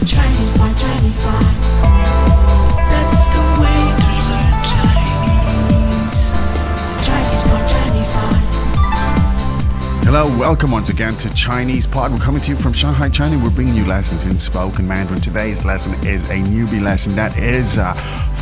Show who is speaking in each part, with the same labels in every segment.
Speaker 1: my Chinese life. That's the way to learn Chinese. Chinese my Chinese life.
Speaker 2: Hello, welcome once again to Chinese Pod. We're coming to you from Shanghai, China. We're bringing you lessons in spoken Mandarin. Today's lesson is a newbie lesson that is uh,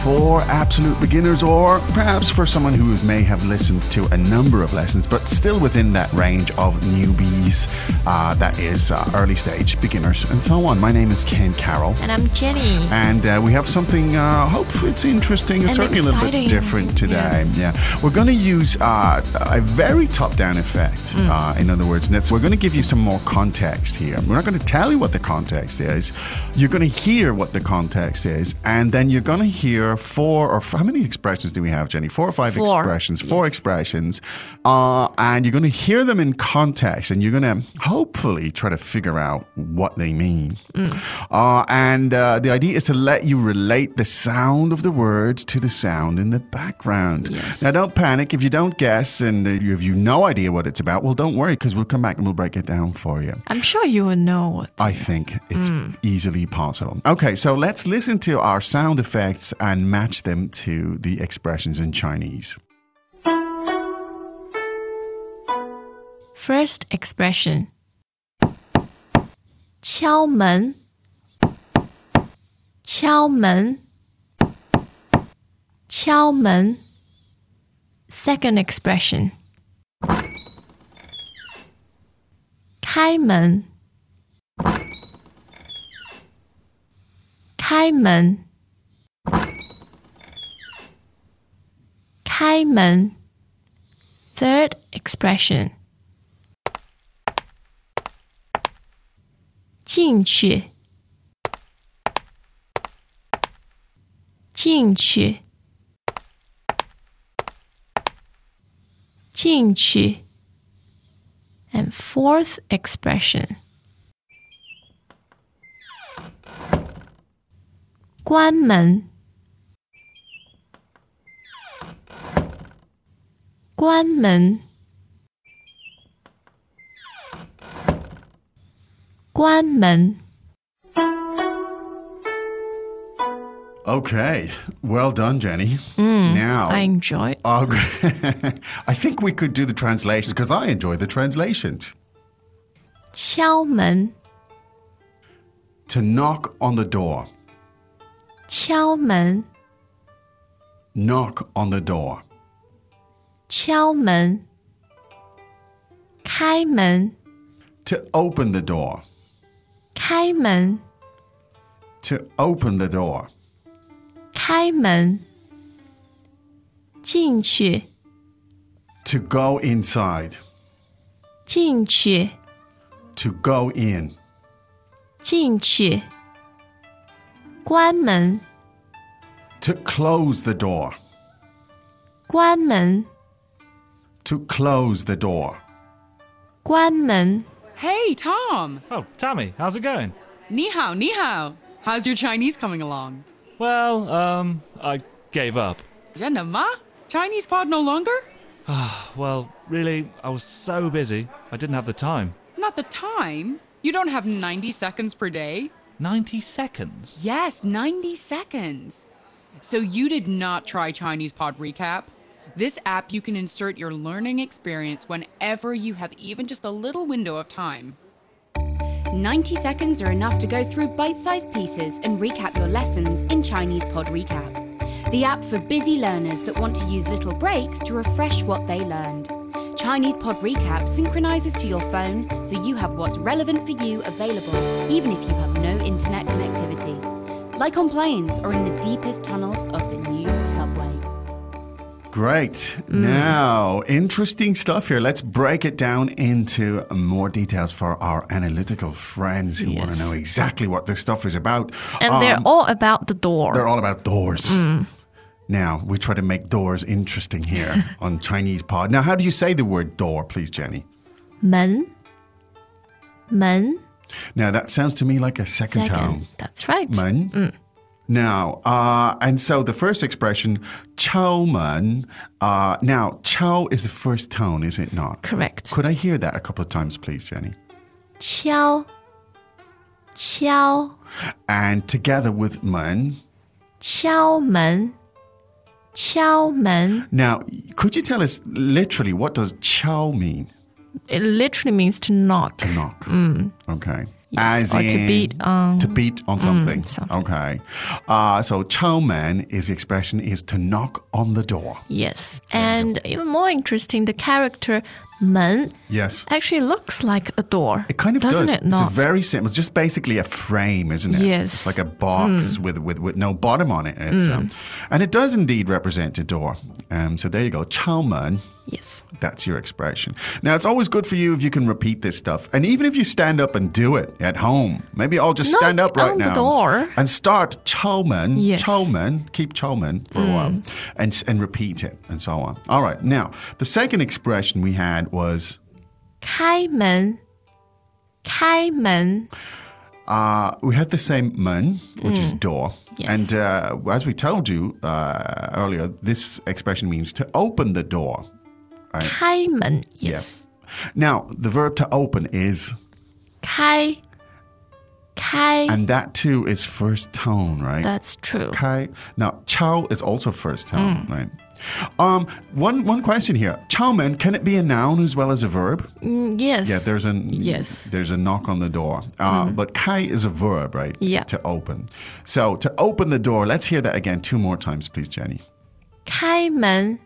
Speaker 2: for absolute beginners or perhaps for someone who may have listened to a number of lessons but still within that range of newbies uh, that is uh, early stage beginners and so on. My name is Ken Carroll.
Speaker 3: And I'm Jenny.
Speaker 2: And uh, we have something, uh, hopefully, it's interesting and,
Speaker 3: And
Speaker 2: certainly a little bit
Speaker 3: exciting.
Speaker 2: different today.
Speaker 3: Yes.
Speaker 2: Yeah. We're going to use uh, a very top down effect,
Speaker 3: Mm.
Speaker 2: uh, in other words. And it's- we're going to give you some more context here. We're not going to tell you what the context is. You're going to hear what the context is. And then you're going to hear four or f- how many expressions do we have, Jenny? Four or five
Speaker 3: Four.
Speaker 2: expressions, four expressions. Uh, and you're going to hear them in context and you're going to hopefully try to figure out what they mean. Uh, and uh, the idea is to let you relate the sound of the word to the sound in the background. Now, don't panic if you don't guess and if you have no idea what it's about. Well, don't worry because we'll come back and we'll break it down for you.
Speaker 3: I'm sure you will know what.
Speaker 2: I think it's easily possible. Okay, so let's listen to our sound effects and match them to the expressions in Chinese.
Speaker 3: First expression. 敲门.敲门.敲门. Second expression. 开门.开门.开门. Third expression. 进去，进去，进去。And fourth expression，关门，关门，关门。
Speaker 2: Okay, well done, Jenny. now,
Speaker 3: I enjoy it.
Speaker 2: I'll g- I think we could do the translations because I enjoy the translations.
Speaker 3: 敲门，
Speaker 2: To knock on the door,
Speaker 3: 敲门，
Speaker 2: knock on the door,
Speaker 3: 敲门，开门，
Speaker 2: to open the door,
Speaker 3: 开门，
Speaker 2: to open the door,
Speaker 3: 开门，进去，
Speaker 2: to go inside,
Speaker 3: 进去，
Speaker 2: to go in,
Speaker 3: 进去，关门，
Speaker 2: to close the door,
Speaker 3: 关门，
Speaker 2: to close the door.
Speaker 3: 关门。
Speaker 4: Hey, Tom.
Speaker 5: Oh, Tammy, how's it going?
Speaker 4: Ni hao, ni hao. How's your Chinese coming along?
Speaker 5: Well, um, I gave up.
Speaker 4: Zhen ma? Chinese pod no longer?
Speaker 5: Well, really, I was so busy, I didn't have the time.
Speaker 4: Not the time. You don't have 90 seconds per day?
Speaker 5: 90 seconds?
Speaker 4: Yes, 90 seconds. So you did not try Chinese pod recap? This app, you can insert your learning experience whenever you have even just a little window of time.
Speaker 6: 90 seconds are enough to go through bite sized pieces and recap your lessons in Chinese Pod Recap, the app for busy learners that want to use little breaks to refresh what they learned. Chinese Pod Recap synchronizes to your phone so you have what's relevant for you available, even if you have no internet connectivity, like on planes or in the deepest tunnels of the new subway.
Speaker 2: Great.
Speaker 3: Mm.
Speaker 2: Now, interesting stuff here. Let's break it down into more details for our analytical friends who want to
Speaker 3: Yes.
Speaker 2: know exactly what this stuff is about.
Speaker 3: And
Speaker 2: Um,
Speaker 3: they're all Mm. about the door.
Speaker 2: They're all about doors. Now, we try to make doors interesting here on Chinese Pod. Now, how do you say the word door, please, Jenny?
Speaker 3: 门，门。
Speaker 2: Now, that sounds to me like a second, tone.
Speaker 3: Second. Mm. That's right.
Speaker 2: Men. Now, uh, and so the first expression, chao men. Uh, now, chao is the first tone, is it not?
Speaker 3: Correct.
Speaker 2: Could I hear that a couple of times, please, Jenny?
Speaker 3: 敲，敲，
Speaker 2: And together with men.
Speaker 3: 敲门，敲门。
Speaker 2: Now, could you tell us literally what does chow mean?
Speaker 3: It literally means to knock.
Speaker 2: To knock. Okay.
Speaker 3: Mm. Yes, or to um, beat on- Mm,
Speaker 2: to beat on something.
Speaker 3: something.
Speaker 2: Okay. Uh, so chow man is the expression is to knock on the door.
Speaker 3: Yes, and even more interesting, the character 门
Speaker 2: Yes.
Speaker 3: actually looks like a door.
Speaker 2: It kind of
Speaker 3: Eh, doesn't
Speaker 2: does.
Speaker 3: it not?
Speaker 2: It's very simple. It's just basically a frame, isn't it?
Speaker 3: Yes. Mm.
Speaker 2: It's like a box with, with, with no bottom on it. It's, um, and it does indeed represent a door. Um, so there you go. Chow man.
Speaker 3: yes.
Speaker 2: That's your expression. Now, it's always good for you if you can repeat this stuff. And even if you stand up and do it at home, maybe I'll just
Speaker 3: Knock
Speaker 2: stand up right
Speaker 3: on the
Speaker 2: now
Speaker 3: door.
Speaker 2: and start Chowman,
Speaker 3: Yes. Mm.
Speaker 2: Chowman, keep Chowman for a while and, s- and repeat it and so on. All right. Now, the second expression we had was
Speaker 3: 开门，开门。
Speaker 2: Uh, we had the same mun, which is door.
Speaker 3: Mm. Yes.
Speaker 2: And uh, as we told you uh, earlier, this expression means to open the door.
Speaker 3: 开门，yes，
Speaker 2: Now, the verb to open is,
Speaker 3: 开，开
Speaker 2: and that too is first tone, right?
Speaker 3: ，That's true。
Speaker 2: Kai. Now, chow is also first
Speaker 3: Hmm.
Speaker 2: tone, right? Um, one one question here. Chow man, can it be a noun as well as a verb?
Speaker 3: Mm, Yes.
Speaker 2: Yeah, there's a
Speaker 3: Yes. Mm-hmm.
Speaker 2: There's a knock on the door, uh, but kai is a verb, right?
Speaker 3: Yeah.
Speaker 2: To open. So to open the door, let's hear that again two more times, please, Jenny.
Speaker 3: 开门，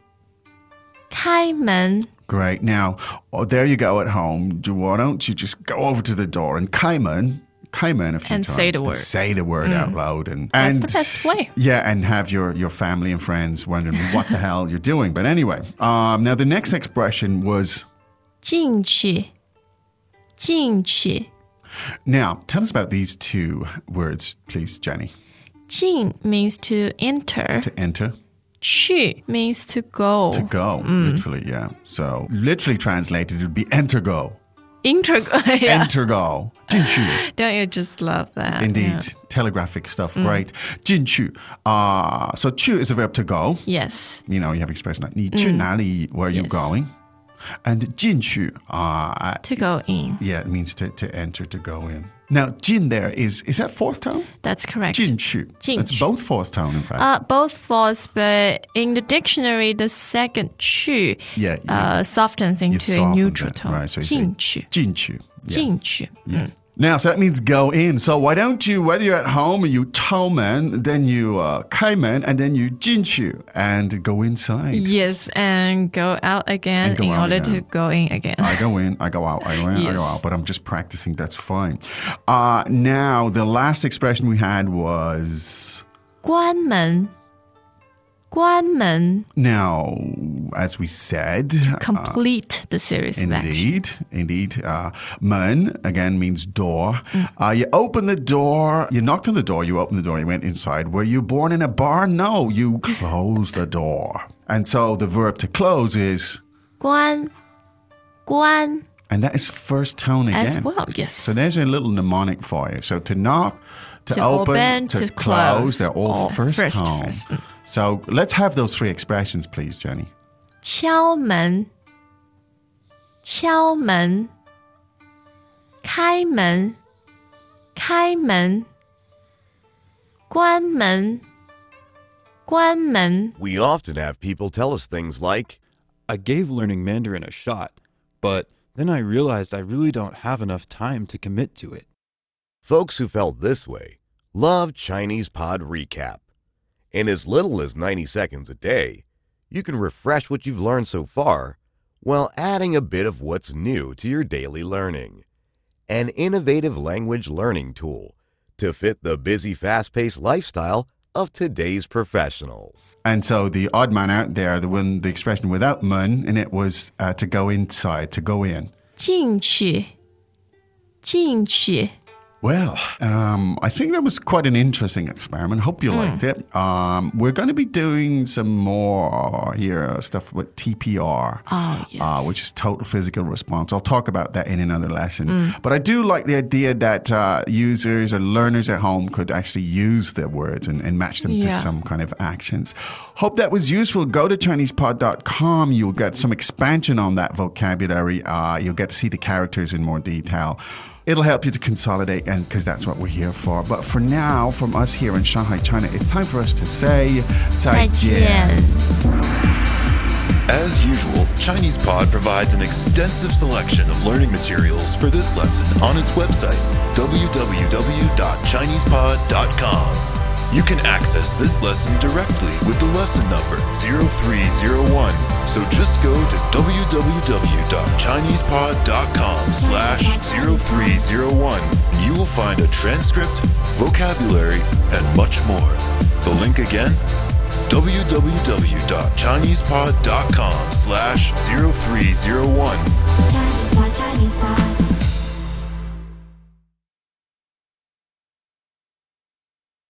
Speaker 3: 开门，
Speaker 2: Great. Now, oh, there you go at home. Do- Why don't you just go over to the door and kaiman, kaiman a few
Speaker 3: And
Speaker 2: times
Speaker 3: say the
Speaker 2: and
Speaker 3: word. Mm.
Speaker 2: say the word out loud, and
Speaker 3: That's
Speaker 2: and
Speaker 3: the best way.
Speaker 2: Yeah, and have your your family and friends wondering what the hell you're doing. But anyway, um, now the next expression was
Speaker 3: 进去，进去，
Speaker 2: now. Tell us about these two words, please, Jenny.
Speaker 3: 进 means to enter，
Speaker 2: To enter,
Speaker 3: 去 means to go。
Speaker 2: to go,
Speaker 3: Mm.
Speaker 2: literally, yeah. So literally translated, it would be enter go,
Speaker 3: Inter, yeah.
Speaker 2: enter go, 进去。
Speaker 3: Don't you just love that?
Speaker 2: Indeed.
Speaker 3: Yeah.
Speaker 2: Telegraphic stuff.
Speaker 3: Mm.
Speaker 2: Great. 进去. Uh, so, 去 is a verb to go.
Speaker 3: Yes.
Speaker 2: You know, you have expression like 你去哪里, where are you
Speaker 3: Mm. Yes.
Speaker 2: going? And 进去, uh,
Speaker 3: To go in.
Speaker 2: yeah, it means to, to enter, to go in. Now, 进 there is, is that fourth tone?
Speaker 3: That's correct.
Speaker 2: 进去.
Speaker 3: 进去.
Speaker 2: It's both fourth tone, in fact.
Speaker 3: Uh, both false, but in the dictionary, the second 去
Speaker 2: Yeah, you-
Speaker 3: uh, softens
Speaker 2: You
Speaker 3: into a
Speaker 2: softened
Speaker 3: neutral
Speaker 2: it,
Speaker 3: tone.
Speaker 2: Right, so you say
Speaker 3: 进去,
Speaker 2: 进去. Yeah.
Speaker 3: 进去.
Speaker 2: Yeah. Now, so that means go in. So why don't you, whether you're at home, you chao man, then you uh, kai man, and then you 进去 and go inside.
Speaker 3: Yes, and go out again
Speaker 2: And go
Speaker 3: in
Speaker 2: out
Speaker 3: order to
Speaker 2: again.
Speaker 3: go in again.
Speaker 2: I go in, I go out, I go in, I go
Speaker 3: Yes.
Speaker 2: out, but I'm just practicing, that's fine. Uh, now, the last expression we had was
Speaker 3: 关门,关门,
Speaker 2: Ah. now, as we said,
Speaker 3: complete the series of action.
Speaker 2: indeed, indeed, uh, men again means door.
Speaker 3: Mm.
Speaker 2: Uh, you open the door, you knocked on the door, you opened the door, you went inside. Were you born in a bar? No, you closed the door. And so the verb to close is,
Speaker 3: 关,关
Speaker 2: and that is first tone again.
Speaker 3: as well, yes.
Speaker 2: So there's a little mnemonic for you. So to knock, to,
Speaker 3: To
Speaker 2: open,
Speaker 3: open,
Speaker 2: to,
Speaker 3: to
Speaker 2: close,
Speaker 3: close,
Speaker 2: they're all
Speaker 3: all
Speaker 2: first,
Speaker 3: first,
Speaker 2: tone.
Speaker 3: first.
Speaker 2: So let's have those three expressions, please, Jenny.
Speaker 3: 敲门,敲门,开门,开门,关门,关门,
Speaker 7: We often have people tell us things like,
Speaker 8: I gave learning Mandarin a shot, but then I realized I really don't have enough time to commit to it.
Speaker 7: folks who felt this way love Chinese Pod Recap. In as little as 90 seconds a day, you can refresh what you've learned so far while adding a bit of what's new to your daily learning. An innovative language learning tool to fit the busy, fast paced lifestyle of today's professionals.
Speaker 2: And so the odd man out there, the one, the expression without mun, and it was uh, to go inside, to go in.
Speaker 3: 进去,进去,
Speaker 2: Well, um, I think that was quite an interesting experiment. Hope you liked it. Um, we're going to be doing some more here uh, stuff with TPR, uh, which is total physical response. I'll talk about that in another lesson. But I do like the idea that uh, users or learners at home could actually use their words and, and match them to
Speaker 3: Yeah.
Speaker 2: some kind of actions. Hope that was useful. Go to ChinesePod.com. You'll get some expansion on that vocabulary. Uh, you'll get to see the characters in more detail. It'll help you to consolidate, and because that's what we're here for. But for now, from us here in Shanghai, China, it's time for us to say 再见.
Speaker 9: As usual, ChinesePod provides an extensive selection of learning materials for this lesson on its website, www.chinesepod.com. You can access this lesson directly with the lesson number 0301. So just go to www.chinesepod.com slash 0301 and you will find a transcript, vocabulary, and much more. The link again www.chinesepod.com slash 0301
Speaker 1: Chinese pot, Chinese pot.